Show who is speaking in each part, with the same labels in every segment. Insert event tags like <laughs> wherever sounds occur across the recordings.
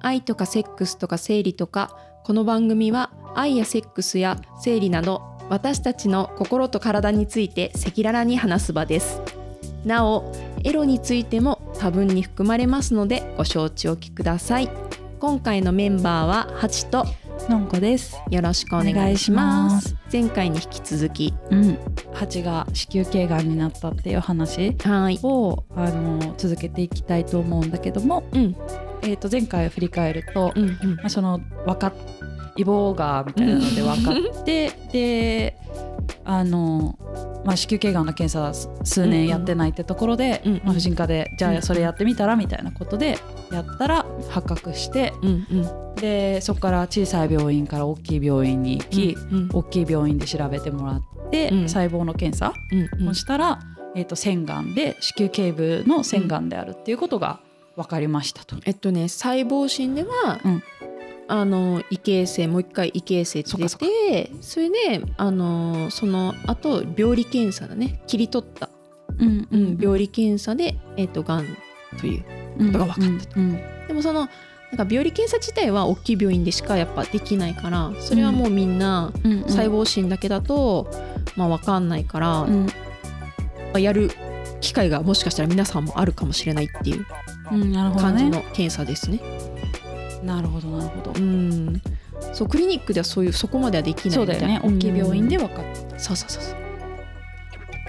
Speaker 1: 愛とかセックスとか生理とかこの番組は愛やセックスや生理など私たちの心と体について赤裸々に話す場ですなおエロについても多分に含まれますのでご承知おきください今回のメンバーはハチと
Speaker 2: のんこです。
Speaker 1: よろしくお願いします前回に引き続き
Speaker 2: うん。蜂が子宮頸がんになったっていう話
Speaker 1: はい
Speaker 2: をあの続けていきたいと思うんだけども、
Speaker 1: うん
Speaker 2: えっ、と前回を振り返ると、
Speaker 1: うんうん
Speaker 2: まあそのわかっイボがみたいなので分か
Speaker 1: <laughs>
Speaker 2: って、で、あの。まあ、子宮頸がんの検査す数年やってないってところで、
Speaker 1: うんうん
Speaker 2: まあ、婦人科でじ
Speaker 1: うん
Speaker 2: ゃ
Speaker 1: うん
Speaker 2: あそれやってみたらみたいなことでやったら発覚して
Speaker 1: うんうん
Speaker 2: でそこから小さい病院から大きい病院に行き、
Speaker 1: うん
Speaker 2: 大きい病院で調べてもらって、
Speaker 1: うん
Speaker 2: 細胞の検査
Speaker 1: うんう
Speaker 2: を
Speaker 1: ん
Speaker 2: したら、えー、と腺がんで子宮頸部の腺がんであるっていうことが分かりましたと。
Speaker 1: えっとね細胞診では、
Speaker 2: うん
Speaker 1: あの異形成もう一回異形成って出
Speaker 2: そっか
Speaker 1: てそれであのその後病理検査だね切り取った、
Speaker 2: うん
Speaker 1: うん、病理検査でえっとがんという
Speaker 2: こと
Speaker 1: が分かった
Speaker 2: と。うん
Speaker 1: でもそのなんか病理検査自体は大きい病院でしかやっぱできないからそれはもうみんな
Speaker 2: うん
Speaker 1: 細胞診だけだと、まあ、わかんないから、
Speaker 2: うん
Speaker 1: やる機会がもしかしたら皆さんもあるかもしれないっていう
Speaker 2: うんなるほど
Speaker 1: 感じ
Speaker 2: ね。
Speaker 1: の検査ですね。
Speaker 2: なるほどなるほど
Speaker 1: う。んそうクリニックではそういうそこまではできない
Speaker 2: そうだよね。大きい病院で
Speaker 1: は
Speaker 2: 分かった。
Speaker 1: そうそうそうそう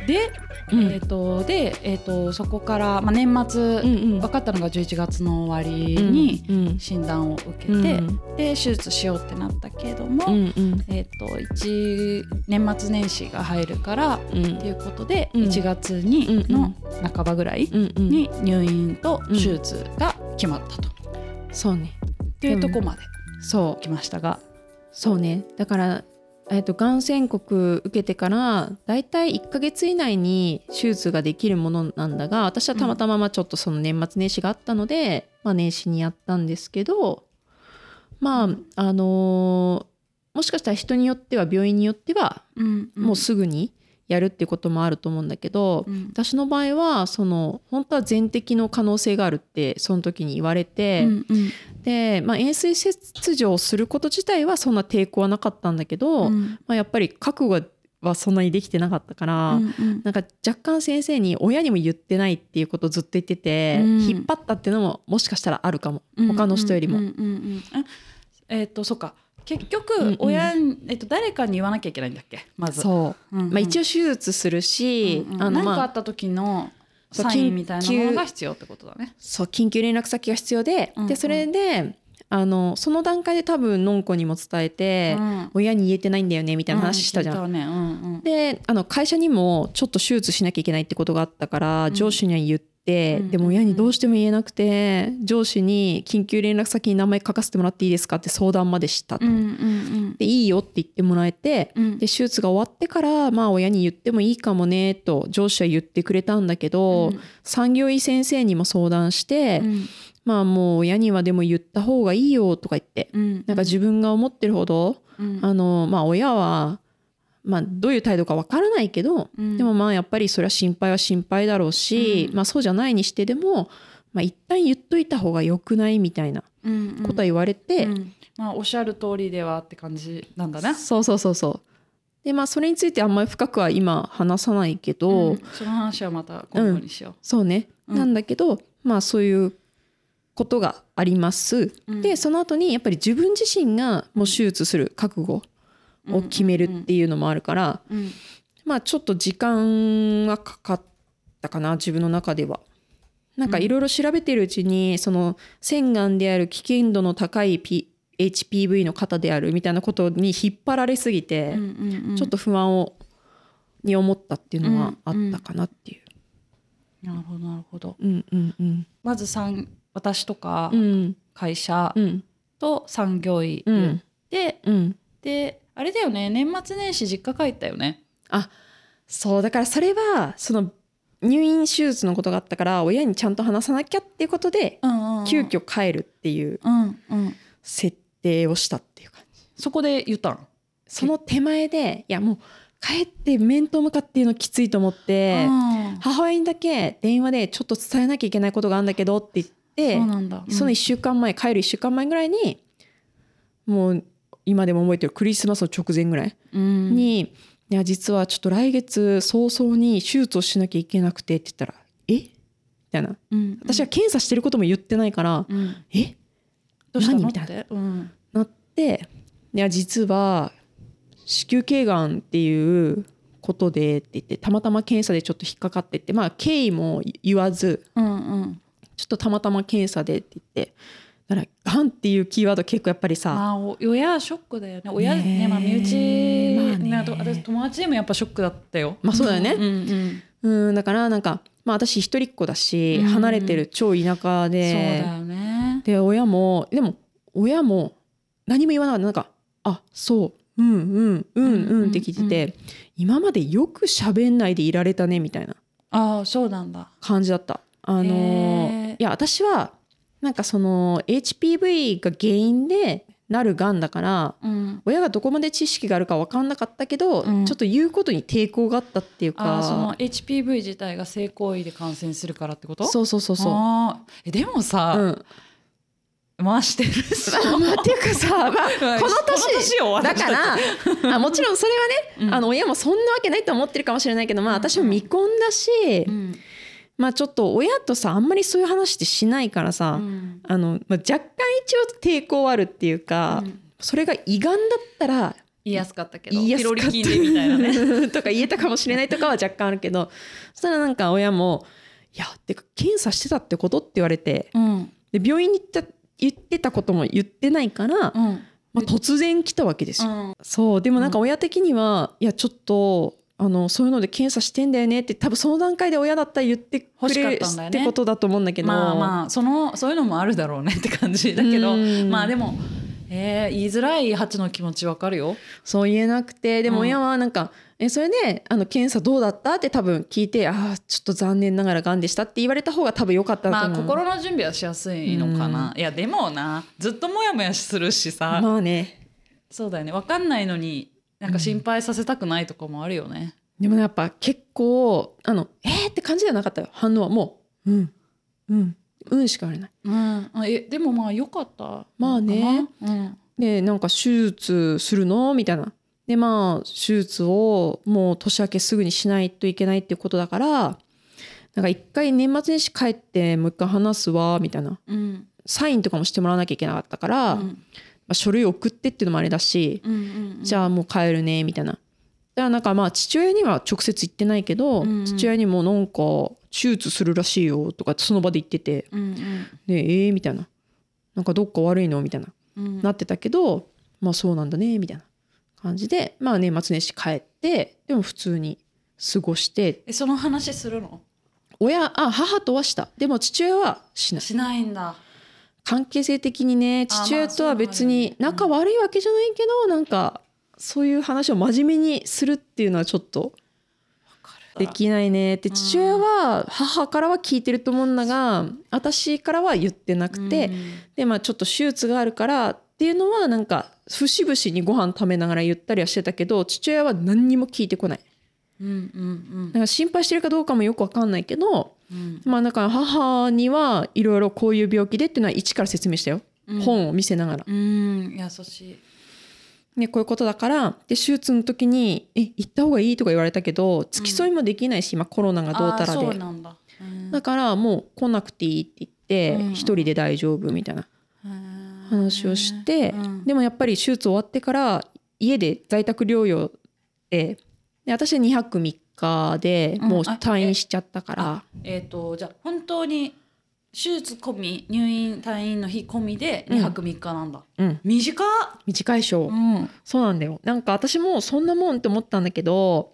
Speaker 2: で、
Speaker 1: うん
Speaker 2: えっ、とでえっ、とそこからまあ年末、
Speaker 1: うんうん
Speaker 2: 分かったのが11月の終わりに
Speaker 1: うんうん
Speaker 2: 診断を受けて、
Speaker 1: うん
Speaker 2: で手術しようってなったけれども、
Speaker 1: うんうん
Speaker 2: えっと一年末年始が入るから
Speaker 1: うん
Speaker 2: っていうことで、
Speaker 1: うん
Speaker 2: 1月に
Speaker 1: うん
Speaker 2: の半ばぐらい
Speaker 1: うんうん
Speaker 2: に入院と手術が決まったと、
Speaker 1: そうね
Speaker 2: っていうとこまで
Speaker 1: そ
Speaker 2: 来ましたが、
Speaker 1: うそうねだからえっとがん宣告受けてからだいたい1ヶ月以内に手術ができるものなんだが私はたまたままあちょっとその年末年始があったので、まあ、年始にやったんですけどまああのーもしかしたら人によっては病院によってはもうすぐにやるってこともあると思うんだけど、
Speaker 2: うん
Speaker 1: 私の場合はその本当は全摘の可能性があるってその時に言われ
Speaker 2: う
Speaker 1: て、
Speaker 2: んうん
Speaker 1: で、まあ、円錐切除をすること自体はそんな抵抗はなかったんだけど、
Speaker 2: うん
Speaker 1: まあ、やっぱり覚悟はそんなにできてなかったから、
Speaker 2: うん
Speaker 1: なんか若干先生に親にも言ってないっていうことをずっと言ってて、
Speaker 2: うん
Speaker 1: 引っ張ったっていうのももしかしたらあるかも、
Speaker 2: うん
Speaker 1: 他の人よりも。
Speaker 2: うんうんうんあえっ、とそっか結
Speaker 1: うんう
Speaker 2: 局
Speaker 1: ん
Speaker 2: 親、えっと誰かに言わなきゃいけないんだっけまず、
Speaker 1: そう
Speaker 2: うんうん
Speaker 1: まあ、一応手術するし、
Speaker 2: うんうん
Speaker 1: あの
Speaker 2: 何
Speaker 1: ま
Speaker 2: かあ
Speaker 1: あ
Speaker 2: った時の
Speaker 1: そう
Speaker 2: サインみたいなものが必要ってことだね。
Speaker 1: そう緊急連絡先が必要で、
Speaker 2: うんう
Speaker 1: で
Speaker 2: ん
Speaker 1: それであのその段階で多分のんこにも伝えて、
Speaker 2: うん
Speaker 1: 親に言えてないんだよねみたいな話したじゃん。
Speaker 2: う聞いねうんうん
Speaker 1: であの会社にもちょっと手術しなきゃいけないってことがあったから、
Speaker 2: うん
Speaker 1: 上司には言って、
Speaker 2: うん
Speaker 1: でも親にどうしても言えなくて上司に緊急連絡先に名前書かせてもらっていいですかって相談までしたと。
Speaker 2: うんうん
Speaker 1: でいいよって言ってもらえて
Speaker 2: うんうん
Speaker 1: で手術が終わってからまあ親に言ってもいいかもねと上司は言ってくれたんだけど、産業医先生にも相談して、
Speaker 2: うん
Speaker 1: まあもう親にはでも言った方がいいよとか言って
Speaker 2: うん、
Speaker 1: なんか自分が思ってるほど
Speaker 2: 分
Speaker 1: あのまあ親は、まあ、どういう態度かわからないけど、でもまあやっぱりそれは心配は心配だろうし、
Speaker 2: うん
Speaker 1: まあそうじゃないにしてでも、まあ、一旦言っといた方が良くないみたいな
Speaker 2: 答
Speaker 1: ことは言われて、
Speaker 2: まあおっしゃる通りではって感じなんだね。
Speaker 1: そうそうそうそうでまあそれについてあんまり深くは今話さないけど、
Speaker 2: うんその話はまた今後にしよ
Speaker 1: そうね、
Speaker 2: うん
Speaker 1: なんだけどまあそういうことがあります。
Speaker 2: う。うん
Speaker 1: でその後にやっぱり自分自身がもう手術する覚悟を決めるっていうのもあるから、
Speaker 2: うん
Speaker 1: まあちょっと時間がかかったかな自分の中では。なんかいろいろ調べてるうちにその腺がんである危険度の高い、P、HPV の方であるみたいなことに引っ張られすぎ
Speaker 2: う
Speaker 1: て、
Speaker 2: んうんうん
Speaker 1: ちょっと不安をに思ったっていうのはあったかなっていう。
Speaker 2: なるほどなるほど。
Speaker 1: うんうんうん
Speaker 2: まずさん私とか
Speaker 1: うん
Speaker 2: 会社
Speaker 1: うん
Speaker 2: と産業医
Speaker 1: う
Speaker 2: 言っ
Speaker 1: ん
Speaker 2: て
Speaker 1: うん
Speaker 2: であれだよね年末年始実家帰ったよね。
Speaker 1: そうだからそれはその入院手術のことがあったから親にちゃんと話さなきゃっていうことで急
Speaker 2: 急。
Speaker 1: 遽帰るっていう
Speaker 2: うんうん。
Speaker 1: 設定をしたっていう感じ。
Speaker 2: そこで言ったの。
Speaker 1: その手前でいやもう帰って面と向かっていうのきついと思って
Speaker 2: うん
Speaker 1: 母親にだけ電話でちょっと伝えなきゃいけないことがあるんだけどって言って
Speaker 2: そうなんだ、うん
Speaker 1: その1週間前帰る1週間前ぐらいにもう今でも覚えてるクリスマスの直前ぐらい
Speaker 2: うん
Speaker 1: に、いや実はちょっと来月早々に手術をしなきゃいけなくてって言ったら「えみたいな
Speaker 2: うん
Speaker 1: 私は検査してることも言ってないから
Speaker 2: うん
Speaker 1: 「え
Speaker 2: どうした
Speaker 1: 何
Speaker 2: のっ
Speaker 1: みたいな
Speaker 2: て、うん、
Speaker 1: なっていや実は子宮頸がんっていうことでって言ってたまたま検査でちょっと引っかかってってまあ経緯も言わず
Speaker 2: うんうん
Speaker 1: ちょっとたまたま検査でって言ってだからがんっていうキーワード結構やっぱりさ
Speaker 2: まあお親はショックだよね親ね
Speaker 1: ねえ
Speaker 2: まあ身内、
Speaker 1: まあね
Speaker 2: ねあと私友達でもやっぱショックだったよ
Speaker 1: まあそうだよね
Speaker 2: うんうん
Speaker 1: うんだからなんか、まあ、私一人っ子だし
Speaker 2: うん
Speaker 1: 離れてる超田舎
Speaker 2: そう
Speaker 1: で
Speaker 2: だよね
Speaker 1: で親もでも親も何も言わなかったなんか「あそううんうんうん
Speaker 2: うん
Speaker 1: うん」って聞いてて、今までよく喋んないでいられたねみたいな
Speaker 2: ああそうなんだ
Speaker 1: 感じだった。あの
Speaker 2: へー
Speaker 1: いや私はなんかその HPV が原因でなるがんだから
Speaker 2: うん
Speaker 1: 親がどこまで知識があるか分かんなかったけど、
Speaker 2: うん
Speaker 1: ちょっと言うことに抵抗があったっていう
Speaker 2: あ
Speaker 1: か
Speaker 2: あその HPV 自体が性行為で感染するからってことう
Speaker 1: そうそうそうそう。
Speaker 2: あーえでも
Speaker 1: う
Speaker 2: さ、
Speaker 1: ん、
Speaker 2: 回してる
Speaker 1: <laughs>
Speaker 2: し
Speaker 1: まあっていうかさ、
Speaker 2: <laughs>
Speaker 1: まあ、
Speaker 2: こ
Speaker 1: この年
Speaker 2: を
Speaker 1: <laughs> だか、らあもちろんそれはね
Speaker 2: うん
Speaker 1: あの親もそんなわけないと思ってるかもしれないけど、まあ、
Speaker 2: うん
Speaker 1: 私も未婚だし、
Speaker 2: うん
Speaker 1: まあ、ちょっと親とさあんまりそういう話ってしないから
Speaker 2: う
Speaker 1: さ、
Speaker 2: ん
Speaker 1: あのまあ、若干一応抵抗はあるっていうか、
Speaker 2: うん
Speaker 1: それが胃がんだったら
Speaker 2: 言いやすかったけど
Speaker 1: 言いやすかっ
Speaker 2: ピロリ菌でみたいな
Speaker 1: <laughs>
Speaker 2: ね
Speaker 1: たとか言えたかもしれないとかは若干あるけどそしたらなんか親も「いやてか検査してたってこと?」って言われて
Speaker 2: うん
Speaker 1: で病院に行った言ってたことも言ってないから、ま
Speaker 2: うん
Speaker 1: あ、突然来たわけですよ
Speaker 2: うん
Speaker 1: そうでもなんか親的には、いやちょっとあのそういうので検査してんだよねって多分その段階で親だったら言ってく
Speaker 2: 欲しかっ
Speaker 1: れ
Speaker 2: たんだよね
Speaker 1: ってことだと思うんだけど
Speaker 2: まあまあそのそういうのもあるだろうねって感じだけど
Speaker 1: うん
Speaker 2: まあでも、えー言いづらいハチの気持ちわかるよ。
Speaker 1: そう言えなくてでも
Speaker 2: うん
Speaker 1: 親はなんか、えそれであの検査どうだったって多分聞いてああちょっと残念ながらがんでしたって言われた方が多分良かった
Speaker 2: ま
Speaker 1: と
Speaker 2: あ
Speaker 1: 思う、
Speaker 2: 心の準備はしやすいのかな。いやでもなずっとモヤモヤするしさ、
Speaker 1: まあね
Speaker 2: そうだよねわかんないのになんか心配させたくないとかもあるよね。
Speaker 1: でもやっぱ結構あのえー、って感じではなかったよ反応はもううんうんうんしか言われない
Speaker 2: うん、あえでもまあよかった。
Speaker 1: まあね。
Speaker 2: うん、
Speaker 1: でなんか手術するのみたいなでまあ手術をもう年明けすぐにしないといけないっていうことだからなんか一回年末年始帰ってもう一回話すわみたいな
Speaker 2: うん、
Speaker 1: サインとかもしてもらわなきゃいけなかったから、
Speaker 2: う
Speaker 1: ま
Speaker 2: ん、
Speaker 1: あ、書類送ってっていうのもあれだし、
Speaker 2: うんうん、
Speaker 1: じゃあもう帰るねみたいな。だからなんかまあ父親には直接言ってないけど、
Speaker 2: うんうん
Speaker 1: 父親にもなんか手術するらしいよとかってその場で言ってて
Speaker 2: うんうん
Speaker 1: 「ねええーみたいな「なんかどっか悪いの?」みたいな
Speaker 2: うん、
Speaker 1: なってたけどまあそうなんだねみたいな感じでまあ年末年始帰ってでも普通に過ごして
Speaker 2: えその話するの？
Speaker 1: 親あ母とはしたでも父親はしない
Speaker 2: しないんだ。
Speaker 1: 関係性的にね
Speaker 2: あ
Speaker 1: 父親とは別に
Speaker 2: まあそ
Speaker 1: 仲
Speaker 2: う
Speaker 1: 悪いわけじゃないけどなんかそういう話を真面目にするっていうのはちょっとできないねって
Speaker 2: うん
Speaker 1: 父親は母からは聞いてると思うんだが私からは言ってなくて、
Speaker 2: うん
Speaker 1: でまあちょっと手術があるからっていうのはなんか節々にご飯食べながら言ったりはしてたけど父親は何にも聞いてこない
Speaker 2: うんうん
Speaker 1: なんか心配してるかどうかもよくわかんないけど
Speaker 2: うん
Speaker 1: まあなんか母にはいろいろこういう病気でっていうのは一から説明したよ、
Speaker 2: うん、
Speaker 1: 本を見せながら、
Speaker 2: うん優しい
Speaker 1: ね、こういうことだからで手術の時に「え行った方がいい?」とか言われたけど付き添いもできないし、今コロナがどうたら
Speaker 2: あーそう
Speaker 1: で
Speaker 2: なんだ、うん
Speaker 1: だからもう来なくていいって言って
Speaker 2: うん
Speaker 1: 一人で大丈夫みたいな話をして、
Speaker 2: うん
Speaker 1: でもやっぱり手術終わってから家で在宅療養でで私は2泊3日で
Speaker 2: うん
Speaker 1: もう
Speaker 2: あ
Speaker 1: 退院しちゃったから、
Speaker 2: えっ、とじゃあ本当に手術込み入院退院の日込みで
Speaker 1: うん
Speaker 2: 2泊3日なんだ、
Speaker 1: うん、
Speaker 2: 短っ、
Speaker 1: 短いしょ、
Speaker 2: ん、
Speaker 1: そうなんだよなんか私もそんなもんって思ったんだけど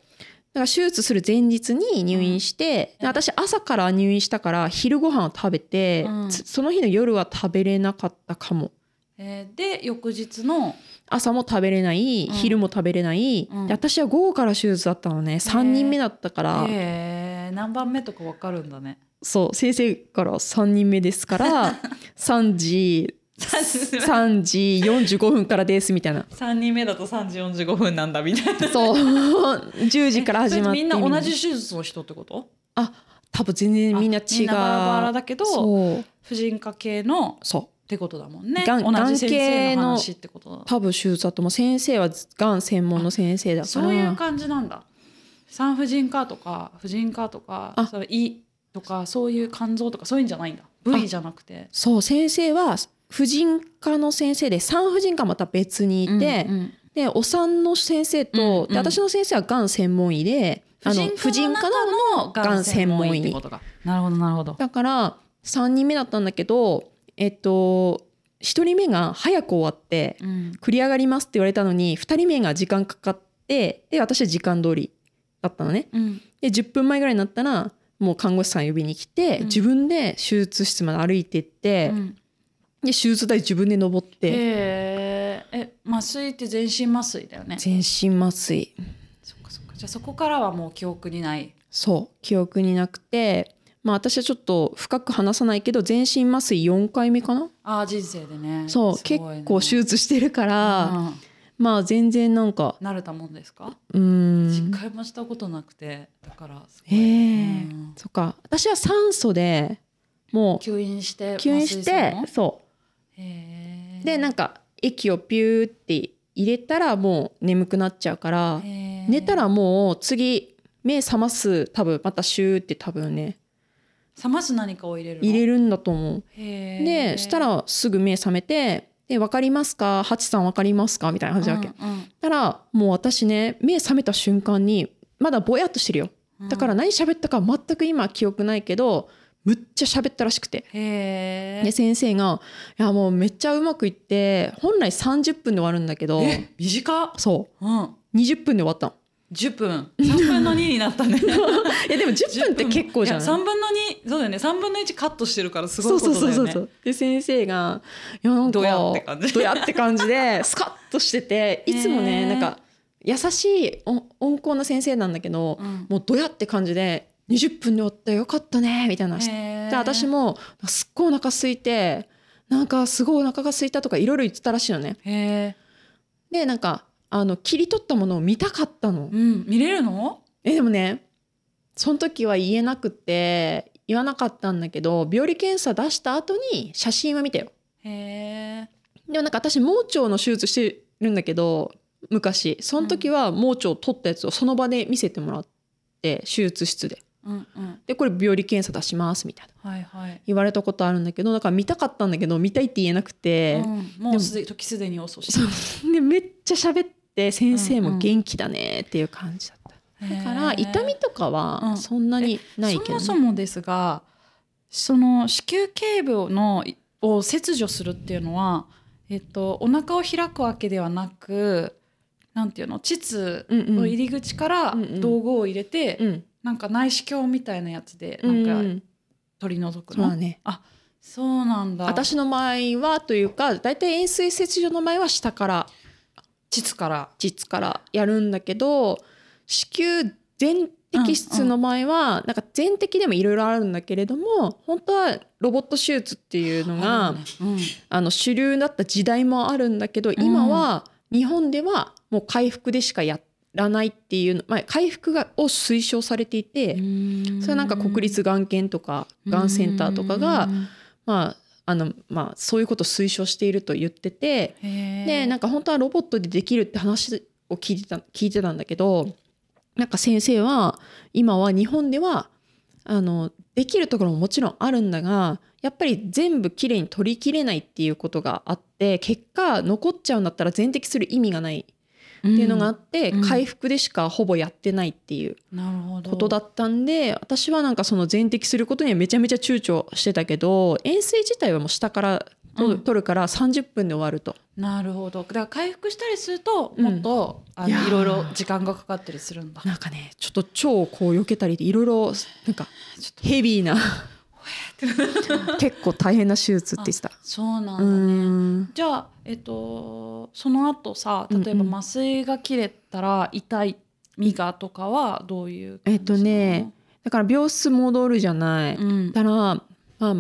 Speaker 1: なんか手術する前日に入院して、
Speaker 2: うん
Speaker 1: で私朝から入院したから昼ご飯を食べて、
Speaker 2: うん
Speaker 1: つその日の夜は食べれなかったかも
Speaker 2: えーで翌日の
Speaker 1: 朝も食べれない、
Speaker 2: うん
Speaker 1: 昼も食べれない、
Speaker 2: うん
Speaker 1: で私は午後から手術だったのね3人目だったから、
Speaker 2: えー何番目とかわかるんだね
Speaker 1: そう先生から3人目ですから
Speaker 2: <laughs>
Speaker 1: 3時3時45分からですみたいな
Speaker 2: 3人目だと3時45分なんだみたいな <laughs>
Speaker 1: そう10時から始まって
Speaker 2: みんな同じ手術の人ってこと
Speaker 1: あ多分全然みんな違う
Speaker 2: みんなバラバラだけど
Speaker 1: そう
Speaker 2: 婦人科系の
Speaker 1: そう
Speaker 2: ってことだもんね
Speaker 1: がん
Speaker 2: 同じ
Speaker 1: 眼系
Speaker 2: 先生
Speaker 1: の
Speaker 2: の話ってことだ
Speaker 1: 多分手術だともう先生はがん専門の先生だから
Speaker 2: そういう感じなんだ産婦人科とか婦人科とか
Speaker 1: あ
Speaker 2: その胃とかそういう肝臓とかそういうんじゃないんだ部位じゃなくて
Speaker 1: そう先生は婦人科の先生で産婦人科また別にいて、
Speaker 2: うんうん
Speaker 1: でお産の先生と、
Speaker 2: うんうん
Speaker 1: で私の先生はがん専門医であの婦人科の
Speaker 2: の
Speaker 1: がん専門医
Speaker 2: ってことかなるほどなるほど
Speaker 1: だから3人目だったんだけどえっと1人目が早く終わって
Speaker 2: うん
Speaker 1: 繰り上がりますって言われたのに2人目が時間かかってで私は時間通りだったのね
Speaker 2: うん
Speaker 1: で10分前ぐらいになったらもう看護師さん呼びに来て、
Speaker 2: うん
Speaker 1: 自分で手術室まで歩いてって、
Speaker 2: うん
Speaker 1: で手術台自分で登って
Speaker 2: へーえ麻酔って全身麻酔だよね
Speaker 1: 全身麻酔
Speaker 2: そっかそっかじゃあそこからはもう記憶にない
Speaker 1: そう記憶になくてまあ私はちょっと深く話さないけど全身麻酔4回目かな、
Speaker 2: あー人生でね
Speaker 1: そう、
Speaker 2: す
Speaker 1: 結
Speaker 2: ごいね
Speaker 1: 構手術してるから、
Speaker 2: うん
Speaker 1: まあ全然なんか
Speaker 2: 慣れたもんですか
Speaker 1: うーん
Speaker 2: 実家もしたことなくてだからす
Speaker 1: へ
Speaker 2: ごい
Speaker 1: え、
Speaker 2: うん
Speaker 1: そっか私は酸素でも
Speaker 2: 吸引して
Speaker 1: う吸引してそ
Speaker 2: へ
Speaker 1: うでなん
Speaker 2: か
Speaker 1: か液をピューって入れたらもう眠くなっちゃうから寝たらもう次目覚ます多分またシューって多分ね
Speaker 2: 冷ます何かを入れるの
Speaker 1: 入れるんだと思う
Speaker 2: へー
Speaker 1: でしたらすぐ目覚めて「で分かりますかハチさん分かりますか?」みたいな感じなわけ、
Speaker 2: うんうん
Speaker 1: たらもう私ね目覚めた瞬間にまだぼやっとしてるよ
Speaker 2: うん
Speaker 1: だから何喋ったか全く今記憶ないけどむっちゃ喋ったらしくて
Speaker 2: へ
Speaker 1: で先生が「いやもうめっちゃうまくいって本来30分で終わるんだけど
Speaker 2: え短っ
Speaker 1: そ
Speaker 2: うん
Speaker 1: う20分で終わったの
Speaker 2: 10分3分の2になった
Speaker 1: <laughs>
Speaker 2: ね
Speaker 1: いやでも10分って結構じゃない
Speaker 2: や3分の2そうだよね3分の1カットしてるからすご
Speaker 1: そ
Speaker 2: いうこ
Speaker 1: そう
Speaker 2: とだよ
Speaker 1: そ
Speaker 2: ね
Speaker 1: うそうそうで先生がいやなんか
Speaker 2: どやって感じ
Speaker 1: どやって感じでスカッとしてていつもね、
Speaker 2: へー
Speaker 1: なんか優しいお温厚な先生なんだけど、
Speaker 2: うん
Speaker 1: もうどやって感じで20分で終わったよかったねみたいな話して
Speaker 2: へー
Speaker 1: で私もすっごいお腹空いてなんかすごいお腹が空いたとかいろいろ言ってたらしいのね
Speaker 2: へえ
Speaker 1: でなんかあの切り取ったものを見たかったの、
Speaker 2: うん見れるの
Speaker 1: えでもねその時は言えなくて言わなかったんだけど病理検査出した後に写真は見たよ
Speaker 2: へえ
Speaker 1: でもなんか私盲腸の手術してるんだけど昔その時は盲腸を取ったやつをその場で見せてもらって手術室で
Speaker 2: うんうん
Speaker 1: でこれ病理検査出しますみたいな
Speaker 2: はいはい
Speaker 1: 言われたことあるんだけどだから見たかったんだけど見たいって言えなく
Speaker 2: う
Speaker 1: て、
Speaker 2: んもうすで時すでに遅し
Speaker 1: そうでめっちゃ喋って先生
Speaker 2: うんう
Speaker 1: も
Speaker 2: ん
Speaker 1: 元気だねっていう感じだった、だから
Speaker 2: へー
Speaker 1: 痛みとか
Speaker 2: う
Speaker 1: は
Speaker 2: ん
Speaker 1: そんなにないけどね、
Speaker 2: そもそもですがその子宮頸部のを切除するっていうのは、えっと、お腹を開くわけではなくなんていうの膣
Speaker 1: うんうん
Speaker 2: の入り口から
Speaker 1: うんうん
Speaker 2: 道具を入れて、
Speaker 1: うん
Speaker 2: なんか内視鏡みたいなやつで
Speaker 1: う
Speaker 2: なん
Speaker 1: ん
Speaker 2: か
Speaker 1: うん
Speaker 2: 取り除く
Speaker 1: そう
Speaker 2: の、
Speaker 1: だね
Speaker 2: そうなんだ
Speaker 1: 私の場合はというか大体円錐切除の前は下から
Speaker 2: 膣から
Speaker 1: 実からやるんだけど子宮全摘出の前は、なんか全摘でもいろいろあるんだけれども本当はロボット手術っていうのがあ、
Speaker 2: あるよねうん
Speaker 1: の主流だった時代もあるんだけど今は日本ではもう回復でしかやらないっていうの、まあ、回復がを推奨されていて、それはなんか国立がん研とかがんセンターとかが、
Speaker 2: うん
Speaker 1: まああのまあ、そういうことを推奨していると言ってて、
Speaker 2: へー
Speaker 1: でなんか本当はロボットでできるって話を聞いてた聞いてたんだけどなんか先生は今は日本ではあのできるところももちろんあるんだがやっぱり全部きれいに取りきれないっていうことがあって結果残っちゃうんだったら全摘する意味がないっていうのがあって、
Speaker 2: うんうん
Speaker 1: 回復でしかほぼやってないっていう
Speaker 2: うんなるほど
Speaker 1: ことだったんで私はなんかその全摘することにはめちゃめちゃ躊躇してたけど円錐自体はもう下から取る,、
Speaker 2: うん
Speaker 1: 取るから30分で終わると。
Speaker 2: なるほど。だから回復したりすると
Speaker 1: うん
Speaker 2: もっと、あ
Speaker 1: いやー
Speaker 2: のいろいろ時間がかかったりするんだ。ちょ
Speaker 1: なんかねちょっと腸をこう避けたりでいろいろなんか
Speaker 2: っと
Speaker 1: ヘビーな結構大変な手術って言ってた。
Speaker 2: そうな
Speaker 1: うー
Speaker 2: んだね。
Speaker 1: ん
Speaker 2: じゃあえっとその後さ
Speaker 1: うんうん
Speaker 2: 例えば麻酔が切れたら痛い身がとかはどういう感じな
Speaker 1: えっと
Speaker 2: の
Speaker 1: ね。だから病室戻るじゃない。
Speaker 2: うん。
Speaker 1: だから、ま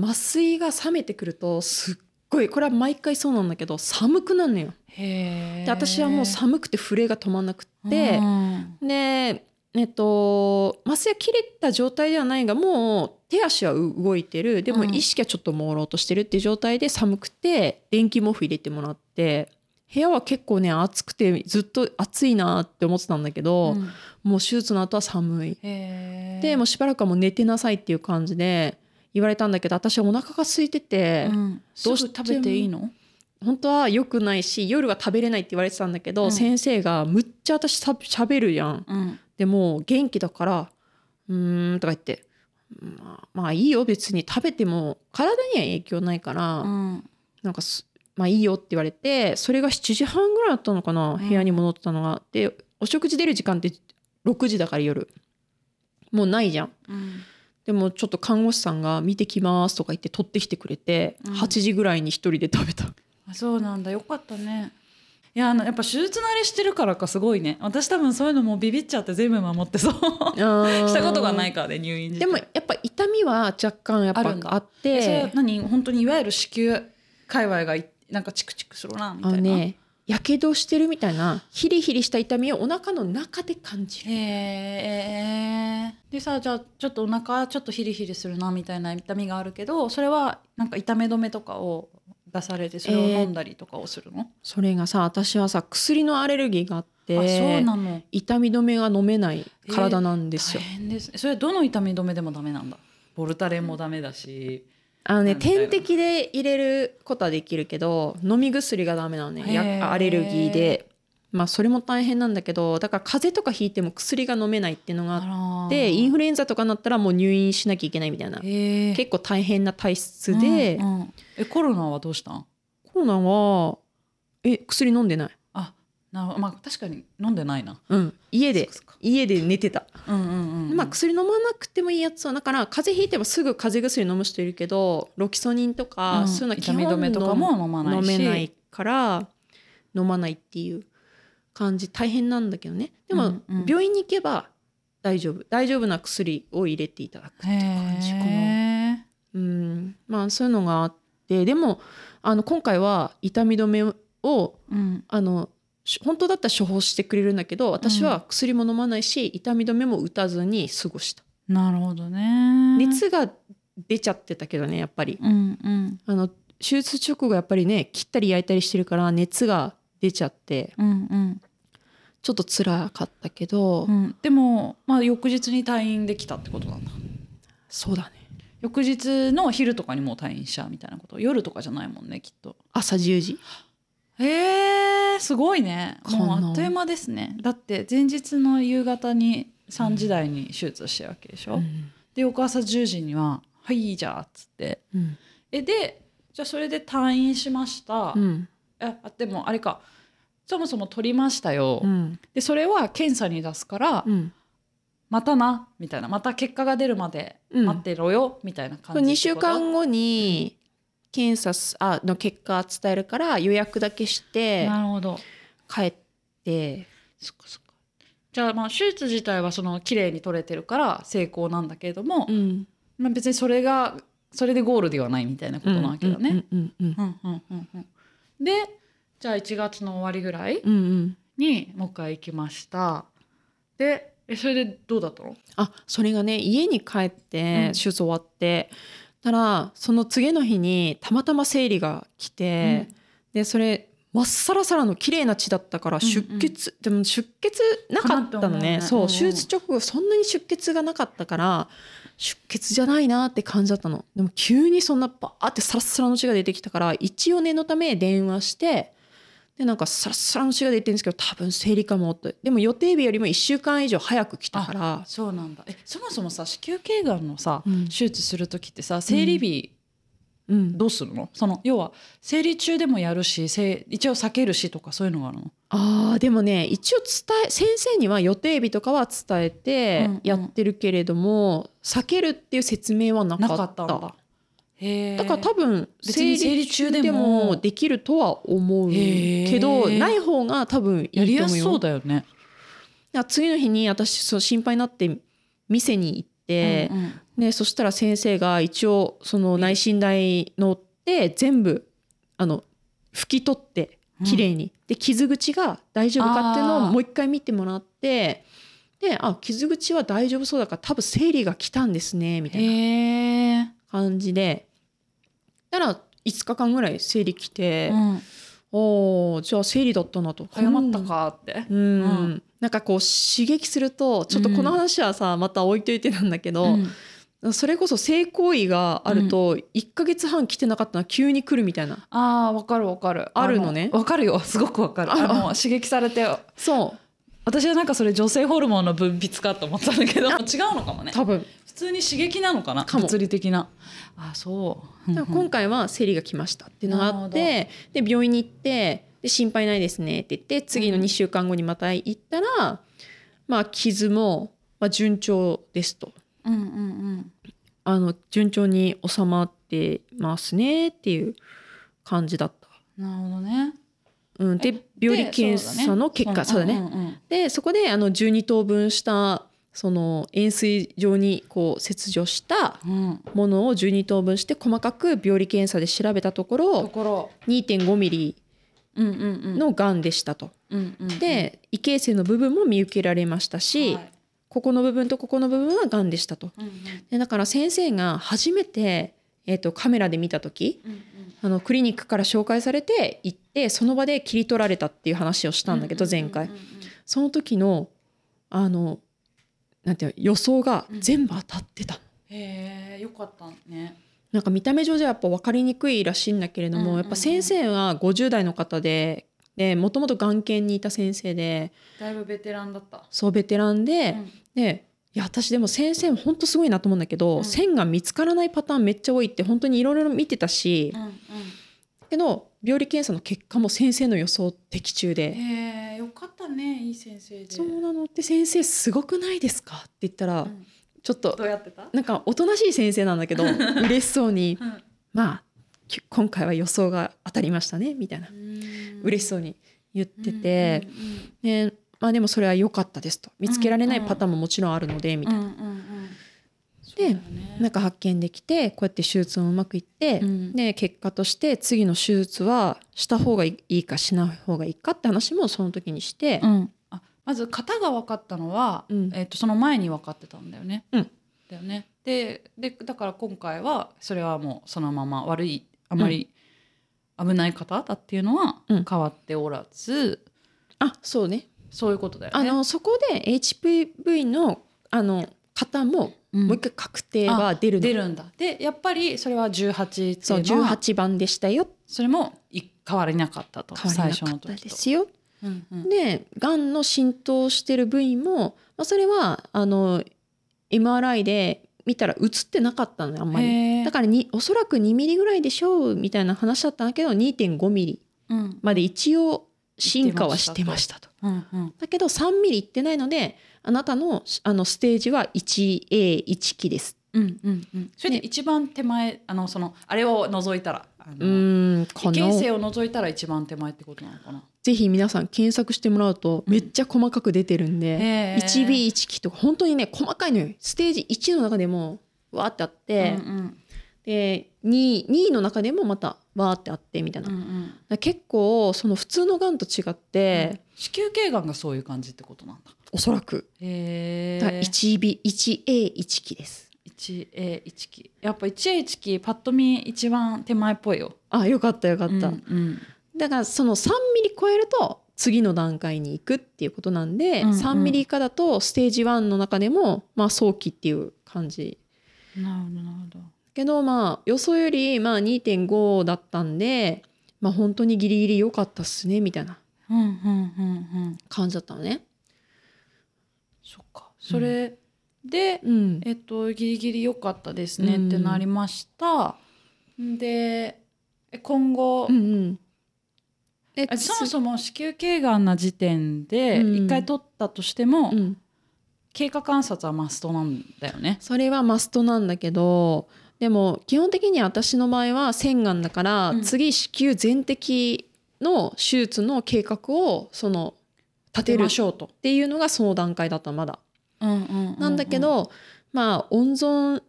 Speaker 1: あ、麻酔が冷めてくるとすっごいこれは毎回そうなんだけど寒くなるのよ。
Speaker 2: へえ。
Speaker 1: で私はもう寒くて震えが止まんなくって、
Speaker 2: うん
Speaker 1: でえっと、麻酔は切れた状態ではないがもう手足は動いてるでも
Speaker 2: うん
Speaker 1: 意識はちょっと朦朧としてるっていう状態で寒くて電気毛布入れてもらって部屋は結構ね暑くてずっと暑いなって思ってたんだけど、
Speaker 2: うん
Speaker 1: もう手術の後は寒い。
Speaker 2: へー
Speaker 1: でもうしばらくはもう寝てなさいっていう感じで言われたんだけど私はお腹が空いてて、
Speaker 2: うん、
Speaker 1: ど
Speaker 2: ど
Speaker 1: う
Speaker 2: う
Speaker 1: し
Speaker 2: してて
Speaker 1: も
Speaker 2: 食べていいの
Speaker 1: 本当は良くないし夜は食べれないって言われてたんだけど、
Speaker 2: うん
Speaker 1: 先生が「むっちゃ私しゃべるやん」
Speaker 2: うん
Speaker 1: でもう元気だから「うーん」とか言って「まあ、まあいいよ別に食べても体には影響ないから、
Speaker 2: うん
Speaker 1: なんかすまあいいよ」って言われてそれが7時半ぐらいだったのかな
Speaker 2: うん
Speaker 1: 部屋に戻ってたのが。でお食事出る時間って6時だから夜もうないじゃん。
Speaker 2: うん
Speaker 1: でもちょっと看護師さんが「見てきます」とか言って取ってきてくれて、
Speaker 2: うん
Speaker 1: 8時ぐらいに一人で食べた。
Speaker 2: あそうなんだよかったねいやあのやっぱ手術慣れしてるからかすごいね私多分そういうのもうビビっちゃって全部守ってそうしたことがないからね入院時
Speaker 1: でもやっぱ痛みは若干やっぱ
Speaker 2: あるんだ
Speaker 1: あっ
Speaker 2: えそれは
Speaker 1: て
Speaker 2: 何本当にいわゆる子宮界隈がいなんかチクチクするなみ
Speaker 1: あ
Speaker 2: たい
Speaker 1: の
Speaker 2: な、
Speaker 1: ねやけどしてるみたいなヒリヒリした痛みをお腹の中で感じる
Speaker 2: へえでさじゃあちょっとお腹ちょっとヒリヒリするなみたいな痛みがあるけどそれはなんか痛め止めとかを出されてそれを飲んだりとかをするの、
Speaker 1: それがさ私はさ薬のアレルギーがあって
Speaker 2: あそうなの
Speaker 1: 痛み止めが飲めない体なんですよ
Speaker 2: 大、変ですねそれはどの痛み止めでもダメなんだボルタレンもダメだし、
Speaker 1: あのね
Speaker 2: なんだよ
Speaker 1: 点滴で入れることはできるけど飲み薬がダメなのね
Speaker 2: へ
Speaker 1: や
Speaker 2: ー
Speaker 1: アレルギーでまあそれも大変なんだけどだから風邪とかひいても薬が飲めないっていうのがあっ
Speaker 2: あ
Speaker 1: てイン
Speaker 2: フ
Speaker 1: フルエンザとかになったらもう入院しなきゃいけないみたいな
Speaker 2: ル
Speaker 1: 結構大変な体質で、
Speaker 2: うんうんえコロナはどうしたん
Speaker 1: コロナはえ薬飲んでない、
Speaker 2: あなるほどまあ確かに飲んでないな
Speaker 1: うん、家で
Speaker 2: そっか
Speaker 1: 家で寝てた、
Speaker 2: そっかうんうんうん
Speaker 1: まあ薬飲まなくてもいいやつはだから風邪ひいてもすぐ風邪薬飲む人いるけどロキソニンとか、
Speaker 2: うん
Speaker 1: そういうのは基
Speaker 2: 痛
Speaker 1: 本
Speaker 2: み止めとかも飲まない
Speaker 1: 飲
Speaker 2: し
Speaker 1: めないから飲まないっていう感じ大変なんだけどねでも、
Speaker 2: うんうん
Speaker 1: 病院に行けば大丈夫大丈夫な薬を入れていただく
Speaker 2: へ
Speaker 1: 感じかな
Speaker 2: え
Speaker 1: うんまあそういうのがあってでもあの今回は痛み止めを
Speaker 2: うん
Speaker 1: あのし本当だったら処方してくれるんだけど私は薬も飲まないし、痛み止めも打たずに過ごした、
Speaker 2: なるほどね
Speaker 1: 熱が出ちゃってたけどねやっぱり
Speaker 2: うんうん
Speaker 1: あの手術直後やっぱりね切ったり焼いたりしてるから熱が出ちゃって
Speaker 2: うんうん
Speaker 1: ちょっと辛かったけど、
Speaker 2: うんでもまあ翌日に退院できたってことなんだ
Speaker 1: そうだね
Speaker 2: 翌日の昼とかにもう退院しちゃうみたいなこと夜とかじゃないもんねきっと
Speaker 1: 朝10時
Speaker 2: へえすごいね
Speaker 1: かな
Speaker 2: もうあっという間ですねだって前日の夕方に3時台に手術してるわけでしょ、
Speaker 1: うん
Speaker 2: で翌朝10時には「はいじゃあ」っつって
Speaker 1: うん
Speaker 2: えでじゃあそれで退院しました、
Speaker 1: うん
Speaker 2: えあでもあれかそもそも取りましたよ、
Speaker 1: うん
Speaker 2: でそれは検査に出すから、
Speaker 1: うん
Speaker 2: またなみたいなまた結果が出るまで
Speaker 1: うん
Speaker 2: 待ってろよ、みたいな感じ
Speaker 1: 2
Speaker 2: って
Speaker 1: 週
Speaker 2: こと
Speaker 1: 間後に検査すあの結果伝えるから予約だけして
Speaker 2: なるほど
Speaker 1: 帰って
Speaker 2: そっかそっかじゃあまあ手術自体はその綺麗に取れてるから成功なんだけれども、
Speaker 1: ん
Speaker 2: まあ、別にそれがそれでゴールではないみたいなことなわけだね。
Speaker 1: うんうんうん
Speaker 2: うんうんうんうんでじゃあ1月の終わりぐらい
Speaker 1: うんうん
Speaker 2: にもう一回行きました。でえそれでどうだったの
Speaker 1: あそれがね家に帰って
Speaker 2: う
Speaker 1: 手
Speaker 2: ん
Speaker 1: 術終わって、たらその次の日にたまたま生理が来て、でそれまっさらさらの綺麗な血だったから
Speaker 2: うんうん
Speaker 1: 出血、でも出血なかった
Speaker 2: か
Speaker 1: の
Speaker 2: なと思う
Speaker 1: ね
Speaker 2: ね
Speaker 1: そううん
Speaker 2: うん
Speaker 1: 手術直後そんなに出血がなかったから出血じゃないなって感じだったのでも急にそんなバーってサラッサラの血が出てきたから一応念のため電話してでなんかサラッサラの血が出てるんですけど多分生理かもってでも予定日よりも1週間以上早く来たから
Speaker 2: そうなんだえそもそもさ子宮頸がんのさ、
Speaker 1: うん
Speaker 2: 手術する時ってさ生理日
Speaker 1: うん、
Speaker 2: どうするの,、その要は生理中でもやるし生一応避けるしとかそういうのがあるの
Speaker 1: あーでもね一応伝え先生には予定日とかは伝えて
Speaker 2: うんうん
Speaker 1: やってるけれども、避けるっていう説明はなか
Speaker 2: な
Speaker 1: った
Speaker 2: かったんだへえ
Speaker 1: だから多分
Speaker 2: 別に生理中で
Speaker 1: 生
Speaker 2: も
Speaker 1: 理中でできるとは思う
Speaker 2: へー
Speaker 1: けどない方が多分い
Speaker 2: やり
Speaker 1: いと
Speaker 2: や
Speaker 1: 思う
Speaker 2: す
Speaker 1: よ
Speaker 2: そうだよね、
Speaker 1: だから次の日に私そう心配になって店に行って、
Speaker 2: うんうん
Speaker 1: ね、そしたら先生が一応その内診台乗って全部あの拭き取って綺麗に、で傷口が大丈夫かっていうのを
Speaker 2: あー
Speaker 1: もう一回見てもらってであ傷口は大丈夫そうだから多分生理が来たんですねみたいな
Speaker 2: へえ、
Speaker 1: 感じでたら5日間ぐらい生理来て、
Speaker 2: うん、
Speaker 1: おーじゃあ生理だったなと
Speaker 2: 早まったかって、
Speaker 1: うん、
Speaker 2: うん
Speaker 1: なんかこう刺激するとちょっとこの話はさ、また置いといてなんだけど、それこそ性行為があると1ヶ月半来てなかったのは急に来るみたいな
Speaker 2: ああわかるわかる
Speaker 1: あるのね
Speaker 2: わかるよすごくわかる
Speaker 1: あ
Speaker 2: あの刺激されて
Speaker 1: そ
Speaker 2: 私はなんかそれ女性ホルモンの分泌かと思ったんだけど違うのかも
Speaker 1: う
Speaker 2: ね
Speaker 1: 多分
Speaker 2: 普通に刺激なのかな
Speaker 1: かも
Speaker 2: 物理的なあそう
Speaker 1: だから今回は生理が来ましたっていうのがあってで病院に行ってで心配ないですねって言って次の2週間後にまた行ったら、まあ傷も、まあ、順調ですと
Speaker 2: うんうんうん
Speaker 1: あの順調に収まってますねっていう感じだった。
Speaker 2: うんなるほどね
Speaker 1: うん、で病理検査の結果そうだね
Speaker 2: んんうん
Speaker 1: でそこであの12等分したその円錐状にこう切除した
Speaker 2: うん
Speaker 1: ものを12等分して細かく病理検査で調べたとことろ
Speaker 2: ころ
Speaker 1: 2.5ミリ
Speaker 2: うんうんうん
Speaker 1: のがんでしたと。
Speaker 2: うんうんうん
Speaker 1: で異形成の部分も見受けられましたし、
Speaker 2: はい
Speaker 1: ここの部分とここの部分はがんでしたと。
Speaker 2: うんうん
Speaker 1: でだから先生が初めて、えー、とカメラで見た時
Speaker 2: うんうん
Speaker 1: あのクリニックから紹介されて行ってその場で切り取られたっていう話をしたんだけど前回
Speaker 2: うんうんうんうん
Speaker 1: その時のあのなんていうの予想が
Speaker 2: うん
Speaker 1: 全部当たってたの、
Speaker 2: へえよかったね
Speaker 1: なんか見た目上じゃやっぱ分かりにくいらしいんだけれども、
Speaker 2: うんうんうん
Speaker 1: やっぱ先生は50代の方でもともと眼研にいた先生で
Speaker 2: だいぶベテランだった
Speaker 1: そうベテランで、
Speaker 2: うん
Speaker 1: でいや私でも先生も本当すごいなと思うんだけど、
Speaker 2: うん
Speaker 1: 線が見つからないパターンめっちゃ多いって本当にいろいろ見てたし、
Speaker 2: うんうん
Speaker 1: けど病理検査の結果も先生の予想的中で。
Speaker 2: へえよかったねいい先生で
Speaker 1: そうなのって先生すごくないですかって言ったら、
Speaker 2: うん
Speaker 1: ちょっと
Speaker 2: どうやってた
Speaker 1: なんかおとなしい先生なんだ
Speaker 2: <laughs>
Speaker 1: けど嬉しそうに
Speaker 2: うん
Speaker 1: 「まあき今回は予想が当たりましたね」みたいな嬉し
Speaker 2: う
Speaker 1: そうに言って
Speaker 2: ん
Speaker 1: て、ねまあ、でもそれは良かったですと見つけられな
Speaker 2: うん
Speaker 1: い
Speaker 2: うん
Speaker 1: パターンももちろんあるのでみ
Speaker 2: うん
Speaker 1: た
Speaker 2: う
Speaker 1: いな,、
Speaker 2: んうんうんうん
Speaker 1: で
Speaker 2: そうだよね
Speaker 1: なんか発見できてこうやって手術もうまくいって、
Speaker 2: うん
Speaker 1: で結果として次の手術はした方がいいかしない方がいいかって話もその時にして
Speaker 2: う、んあまず型が分かったのは、
Speaker 1: うん
Speaker 2: えっとその前に分かってたんだよね。
Speaker 1: うん
Speaker 2: だよねででだから今回はそれはもうそのまま悪いあまり危ない方だっていうのは
Speaker 1: うん
Speaker 2: 変わっておらず、
Speaker 1: あそうね
Speaker 2: そういうことだよ
Speaker 1: あ
Speaker 2: ね。
Speaker 1: のそこで HPV のあの方も
Speaker 2: うん
Speaker 1: もう一回確定は出るの、
Speaker 2: 出るんだ。でやっぱりそれは18っていうの
Speaker 1: そう
Speaker 2: は
Speaker 1: 18番でしたよ
Speaker 2: それもい変わりなかったと
Speaker 1: 変わりなか
Speaker 2: 最
Speaker 1: っ
Speaker 2: 初の
Speaker 1: た
Speaker 2: 時
Speaker 1: で
Speaker 2: と。
Speaker 1: すよ。
Speaker 2: うんうん
Speaker 1: でがんの浸透してる部位も、まあ、それはあの MRI で見たら映ってなかったのねあんまり。
Speaker 2: へー
Speaker 1: だからにおそらく2ミリぐらいでしょうみたいな話だったんだけど2.5ミリ
Speaker 2: うん
Speaker 1: まで一応進化はしてましたと。
Speaker 2: うんうん
Speaker 1: だけど3ミリいってないのであなたのあのステージは 1A1 期です。
Speaker 2: うんうんうん、それで
Speaker 1: ね
Speaker 2: 一番手前、あのそのあれを除いたらあの
Speaker 1: うーんこ
Speaker 2: 異形
Speaker 1: の
Speaker 2: 成を除いたら一番手前ってことなのかな。
Speaker 1: ぜひ皆さん検索してもらうとめっちゃ細かく出てるんで。
Speaker 2: え
Speaker 1: 1B1 期とか本当にね細かいのよステージ1の中でもわーってあって、
Speaker 2: うんうん
Speaker 1: で 2, 2の中でもまたわーってあってみたいな、
Speaker 2: うん
Speaker 1: だか
Speaker 2: うん
Speaker 1: ら結構その普通のがんと違って、
Speaker 2: 子宮頸がんがそういう感じってことなんだ。
Speaker 1: おそらく
Speaker 2: へ
Speaker 1: だから
Speaker 2: え。
Speaker 1: 1B1A1 期です
Speaker 2: 一 A 一期。やっぱ一 A 一期パッと見一番手前っぽいよ。
Speaker 1: あよかったよか
Speaker 2: あ
Speaker 1: った、
Speaker 2: うんうん
Speaker 1: だからその3ミリ超えると次の段階に行くっていうことなんで、
Speaker 2: うんうん
Speaker 1: 3ミリ以下だとステージ1の中でもまあ早期っていう感じ
Speaker 2: なるほどなるほど。
Speaker 1: けどまあ予想よりまあ2.5だったんでまあ本当にギリギリ良かったっすねみたいな
Speaker 2: うんうんうんうん。
Speaker 1: 感じだったのね。
Speaker 2: そっか。それで、
Speaker 1: うん、
Speaker 2: えっと、ギリギリ良かったですね
Speaker 1: うん
Speaker 2: ってなりました。でえ今後、
Speaker 1: うんうんえ
Speaker 2: あそもそも子宮頸がんな時点で
Speaker 1: うん
Speaker 2: 一回取ったとしても、
Speaker 1: うん、
Speaker 2: 経過観察はマストなんだよね。
Speaker 1: それはマストなんだけどでも基本的に私の場合は腺がんだから、
Speaker 2: うん
Speaker 1: 次子宮全摘の手術の計画をその立て
Speaker 2: 出
Speaker 1: るっ
Speaker 2: ましょうと。
Speaker 1: ていうのがその段階だったまだ。な
Speaker 2: なん
Speaker 1: だけど、まあ温存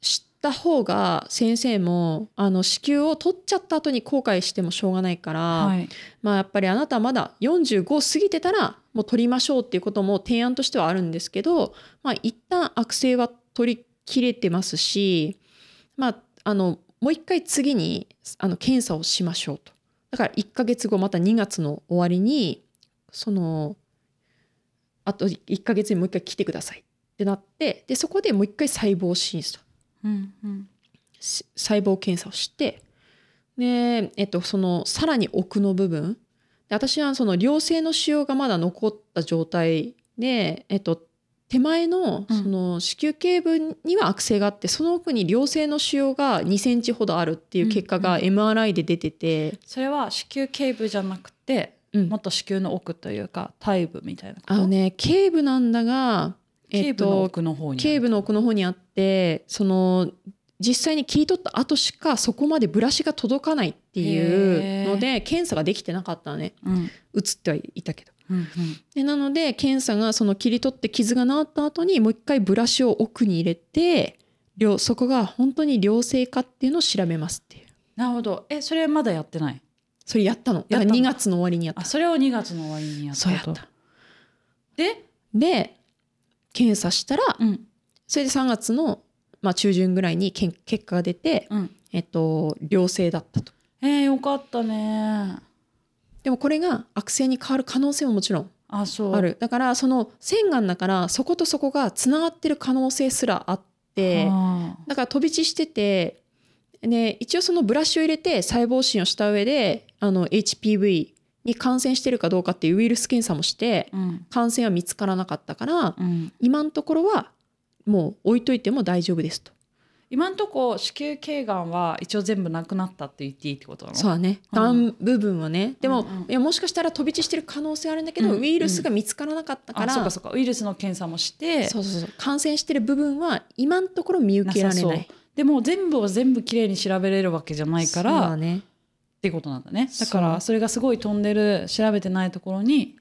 Speaker 1: した方が先生もあの子宮を取っちゃった後に後悔してもしょうがないから、
Speaker 2: はい、
Speaker 1: まあやっぱりあなたまだ45過ぎてたらもう取りましょうっていうことも提案としてはあるんですけど、まあ、一旦悪性は取り切れてますし、まあ、あのもう一回次にあの検査をしましょうと。だから1ヶ月後また2月の終わりにそのあと1ヶ月にもう一回来てくださいってなってでそこでもう一回細胞診査
Speaker 2: うんうん
Speaker 1: し細胞検査をしてで、えっと、そのさらに奥の部分で私はその良性の腫瘍がまだ残った状態で、えっと、手前の
Speaker 2: うん
Speaker 1: その子宮頸部には悪性があって、その奥に良性の腫瘍が2センチほどあるっていう結果が
Speaker 2: う
Speaker 1: MRI で出てて、
Speaker 2: それは子宮頸部じゃなくて
Speaker 1: うん
Speaker 2: もっと子宮の奥というか体部みたいなこと
Speaker 1: あのね頸部なんだが、え
Speaker 2: 頸
Speaker 1: っ
Speaker 2: 部の
Speaker 1: と、
Speaker 2: 奥の方にある
Speaker 1: 頸部の奥の方にあってその実際に切り取った後しかそこまでブラシが届かないっていうので検査ができてなかったのね
Speaker 2: うん
Speaker 1: 映ってはいたけど
Speaker 2: うんうん
Speaker 1: でなので検査がその切り取って傷が治った後にもう一回ブラシを奥に入れて良そこが本当に良性かっていうのを調べますっていう
Speaker 2: なるほどえそれまだやってない
Speaker 1: それやったのだか
Speaker 2: やっ
Speaker 1: ら
Speaker 2: たの
Speaker 1: 2月の終わりにやった
Speaker 2: あそれを2月の終わりにやったと
Speaker 1: そうやった
Speaker 2: で、
Speaker 1: で検査したら
Speaker 2: うん
Speaker 1: それで3月の、まあ、中旬ぐらいにけん結果が出て、
Speaker 2: うん、
Speaker 1: えっと、良性だったと。
Speaker 2: えー、よかったね
Speaker 1: でもこれが悪性に変わる可能性ももちろん
Speaker 2: あそう
Speaker 1: あるだからその腺がんだからそことそこがつながってる可能性すらあって
Speaker 2: あー
Speaker 1: だから飛び地してて、ね、一応そのブラシを入れて細胞診をした上であの HPV に感染してるかどうかっていうウイルス検査もして
Speaker 2: うん
Speaker 1: 感染は見つからなかったから
Speaker 2: うん、
Speaker 1: 今のところはもう置いといても大丈夫ですと。
Speaker 2: 今んとこ子宮頸がんは一応全部なくなったって言っていいってことなの
Speaker 1: そうだね
Speaker 2: うん
Speaker 1: がん部分はねでも、
Speaker 2: うんうん
Speaker 1: いやもしかしたら飛び地してる可能性あるんだけど、
Speaker 2: うん
Speaker 1: ウイルスが見つからなかったから、
Speaker 2: あそうかそうかウイルスの検査もして
Speaker 1: そうそうそう感染してる部分は今のところ見受けられない
Speaker 2: なさでも全部を全部きれいに調べれるわけじゃないか
Speaker 1: そう
Speaker 2: ら
Speaker 1: だね
Speaker 2: ってことなんだね
Speaker 1: そ
Speaker 2: だ
Speaker 1: う
Speaker 2: からそれがすごい飛んでる調べてないところに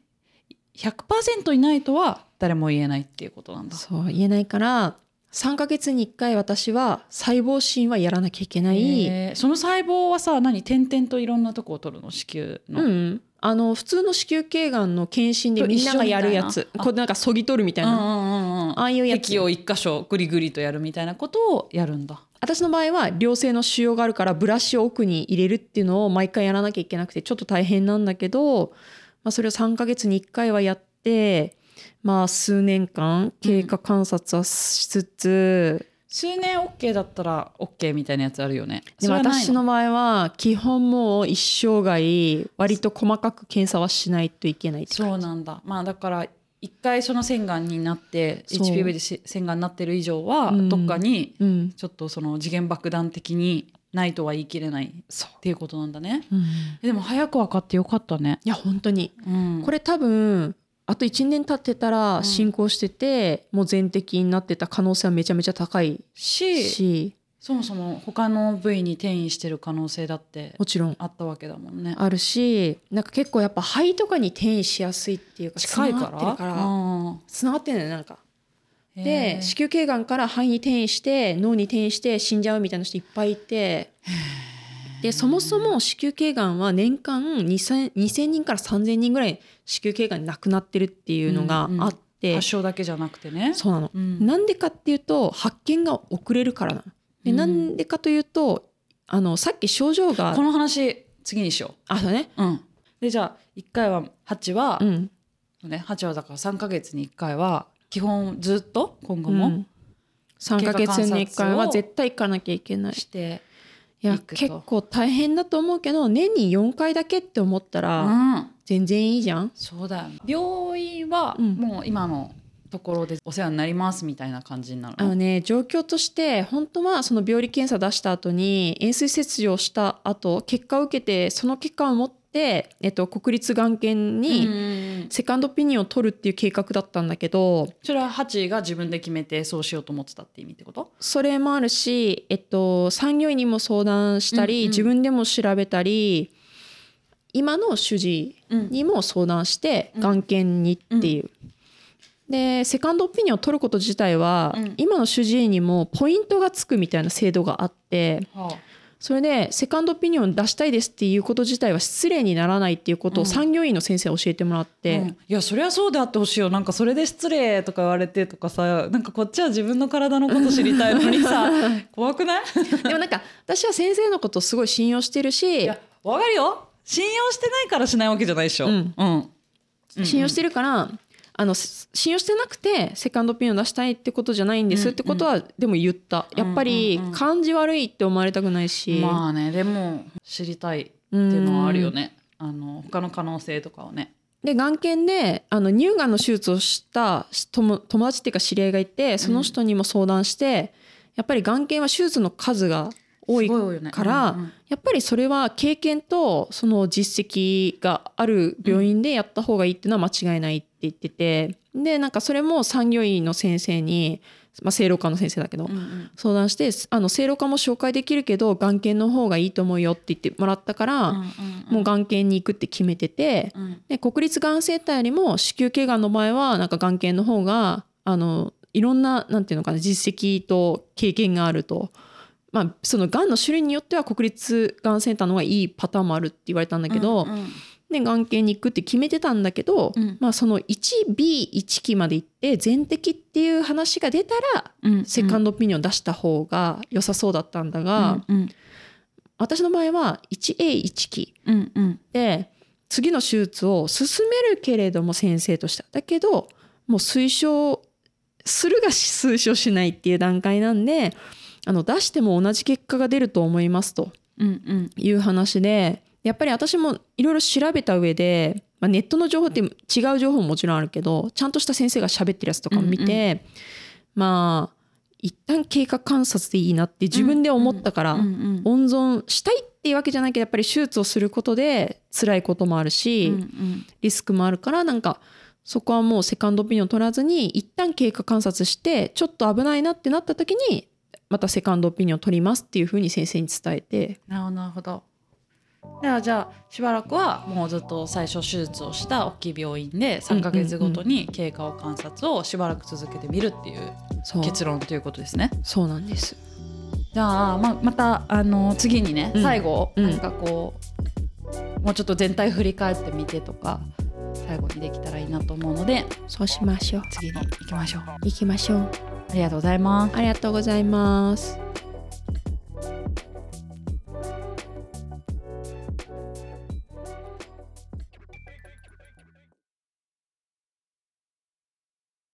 Speaker 2: 100%いないとは誰も言えないっていうことなんだ
Speaker 1: そう言えないから3ヶ月に1回私は細胞診はやらなきゃいけない、
Speaker 2: えーその細胞はさ何点々といろんなとこを取るの子宮の、
Speaker 1: うんあの普通の子宮頸がんの検診で
Speaker 2: と
Speaker 1: みんながやるやつ
Speaker 2: 一緒みたいな
Speaker 1: こうなんかそぎ取るみたい
Speaker 2: うん
Speaker 1: な、
Speaker 2: うんうんうん
Speaker 1: ああいうやつ
Speaker 2: 液を一箇所グリグリとやるみたいなことをやるんだ
Speaker 1: 私の場合は良性の腫瘍があるからブラシを奥に入れるっていうのを毎回やらなきゃいけなくてちょっと大変なんだけど、まあ、それを3ヶ月に1回はやって、まあ、数年間経過観察はしつつ、
Speaker 2: 数年 OK だったら OK みたいなやつあるよね
Speaker 1: でも
Speaker 2: それはない
Speaker 1: 私の場合は基本もう一生涯割と細かく検査はしないといけないって
Speaker 2: そう
Speaker 1: 感じ
Speaker 2: なんだまあだから一回その洗顔になって
Speaker 1: そう
Speaker 2: HPV でし洗顔になってる以上は
Speaker 1: うん
Speaker 2: どっかに
Speaker 1: うん
Speaker 2: ちょっとその次元爆弾的にないとは言い切れないっ
Speaker 1: そう、
Speaker 2: ていうことなんだね
Speaker 1: うんい
Speaker 2: えでも早く分かってよかったね、
Speaker 1: や本当に
Speaker 2: うん、
Speaker 1: こ
Speaker 2: れ
Speaker 1: れ多分あと1年経ってた
Speaker 2: う
Speaker 1: ら
Speaker 2: ん
Speaker 1: 進行してて、もう全摘になってた可能性はめちゃめちゃ高い
Speaker 2: し
Speaker 1: し
Speaker 2: そもそも他の部位に転移してる可能性だって
Speaker 1: もちろん
Speaker 2: あったわけだもんね
Speaker 1: あるしなんか結構やっぱ肺とかに転移しやすいっていうか
Speaker 2: 近い
Speaker 1: 繋
Speaker 2: か
Speaker 1: がって
Speaker 2: ら
Speaker 1: るから
Speaker 2: うん
Speaker 1: つながってんだよねなんか
Speaker 2: へ
Speaker 1: で
Speaker 2: ー
Speaker 1: 子宮頸がんから肺に転移して脳に転移して死んじゃうみたいな人いっぱいいてでそもそも子宮頸がんは年間 2000, 2000人から3000人ぐらい子宮頸がんに亡くなってるっていうのがあって、
Speaker 2: 発症だけじゃなくてね
Speaker 1: そうなの。
Speaker 2: うん
Speaker 1: なんでかっていうと発見が遅れるからなので
Speaker 2: うん
Speaker 1: なんでかというとあのさっき症状が
Speaker 2: この話次にしよ
Speaker 1: あそうね
Speaker 2: う、うん、でじゃあ1回はハチは、
Speaker 1: うん
Speaker 2: ね、ハチはだから3ヶ月に1回は基本ずっと今後
Speaker 1: う
Speaker 2: も
Speaker 1: ん、3ヶ月に1回は絶対行かなきゃいけない
Speaker 2: して、
Speaker 1: いや
Speaker 2: 行くと
Speaker 1: 結構大変だと思うけど年に4回だけって思った
Speaker 2: う
Speaker 1: ら
Speaker 2: ん、
Speaker 1: 全然いいじゃん、
Speaker 2: そうだよね病院は
Speaker 1: うん
Speaker 2: もう今のところでお世話になりますみたいな感じになる
Speaker 1: あのね状況として本当はその病理検査出した後に塩水切除をした後結果を受けてその結果を持って、えっと、国立がん研
Speaker 2: うんう
Speaker 1: に
Speaker 2: んうん
Speaker 1: セカンドオピニオンを取るっていう計画だったんだけど
Speaker 2: それはハチが自分で決めてそうしようと思ってたって意味ってこと
Speaker 1: それもあるし、えっと、産業医にも相談したり、
Speaker 2: うんうん
Speaker 1: 自分でも調べたり今の主治医にも相談して
Speaker 2: うん
Speaker 1: 眼検にっていう。でセカンドオピニオンを取ること自体は、
Speaker 2: うん
Speaker 1: 今の主治医にもポイントがつくみたいな制度があって
Speaker 2: はあ
Speaker 1: それでセカンドオピニオン出したいですっていうこと自体は失礼にならないっていうことを
Speaker 2: うん
Speaker 1: 産業医の先生に教えてもらって、
Speaker 2: うんいやそりゃそうであってほしいよなんかそれで失礼とか言われてとかさなんかこっちは自分の体のこと知りたいのに
Speaker 1: <laughs>
Speaker 2: さ怖くない
Speaker 1: でもなんか私は先生のことすごい信用してる
Speaker 2: い
Speaker 1: し
Speaker 2: やわかるよ信用してないからしないわけじゃないでしょ、
Speaker 1: うん
Speaker 2: うん
Speaker 1: 信用しててるから、あのす信用してなくてセカンドオピニオン出したいってことじゃないんですってことは、でも言ったやっぱり
Speaker 2: うんうんうん
Speaker 1: 感じ悪いって思われたくないし、
Speaker 2: まあねでも知りたいって
Speaker 1: うん
Speaker 2: いうのはあるよね、あの他の可能性とかをね
Speaker 1: で眼検であの乳がんの手術をしたし友友達っていうか知り合いがいてその人にも相談して、やっぱり眼検は手術の数が多い
Speaker 2: すごよね
Speaker 1: から
Speaker 2: うんうん
Speaker 1: やっぱりそれは経験とその実績がある病院でやった方がいいっていうのは間違いないって言っててでなんかそれも産業医の先生に、まあ、正論科の先生だけど、
Speaker 2: うんうん
Speaker 1: 相談してあの正論科も紹介できるけど眼検の方がいいと思うよって言ってもらったから、
Speaker 2: うんうん
Speaker 1: もう眼検に行くって決めてて
Speaker 2: うんうん
Speaker 1: で国立がんセンターよりも子宮頸がんの場合はなんか眼検の方があのいろんななんていうのかな実績と経験があると。まあ、そのがんの種類によっては国立がんセンターの方がいいパターンもあるって言われたんだけど、
Speaker 2: うんうん
Speaker 1: で眼検に行くって決めてたんだけど、
Speaker 2: うん
Speaker 1: まあ、その 1B1 期まで行って全摘っていう話が出たら
Speaker 2: うん
Speaker 1: セカンドオピニオン出した方が良さそうだったんだが、
Speaker 2: うん
Speaker 1: 私の場合は 1A1 期
Speaker 2: うんうん
Speaker 1: で次の手術を進めるけれども先生としてはだけどもう推奨するが推奨しないっていう段階なんであの出しても同じ結果が出ると思いますと
Speaker 2: うんうん
Speaker 1: いう話でやっぱり私もいろいろ調べた上で、まあ、ネットの情報って違う情報ももちろんあるけどちゃんとした先生が喋ってるやつとかを見て、まあ一旦経過観察でいいなって自分で思ったから、
Speaker 2: うん
Speaker 1: 温存したいっていうわけじゃないけどやっぱり手術をすることで辛いこともあるし、
Speaker 2: うん
Speaker 1: リスクもあるからなんかそこはもうセカンドオピニオン取らずに一旦経過観察してちょっと危ないなってなった時にまたセカンドオピニオン取りますっていうふうに先生に伝えて
Speaker 2: なるほどなるほどではじゃあしばらくはもうずっと最初手術をした大きい病院で3ヶ月ごとに経過を観察をしばらく続けてみるっていう
Speaker 1: そう
Speaker 2: 結論ということですね。
Speaker 1: そうなんです。
Speaker 2: じゃあままたあの次にね、
Speaker 1: うん
Speaker 2: 最後
Speaker 1: うん
Speaker 2: なんかこう、もうちょっと全体振り返ってみてとか最後にできたらいいなと思うので
Speaker 1: そうしましょう。
Speaker 2: 次に行きましょう。
Speaker 1: 行きましょう。
Speaker 2: ありがとうございます。
Speaker 1: ありがとうございます。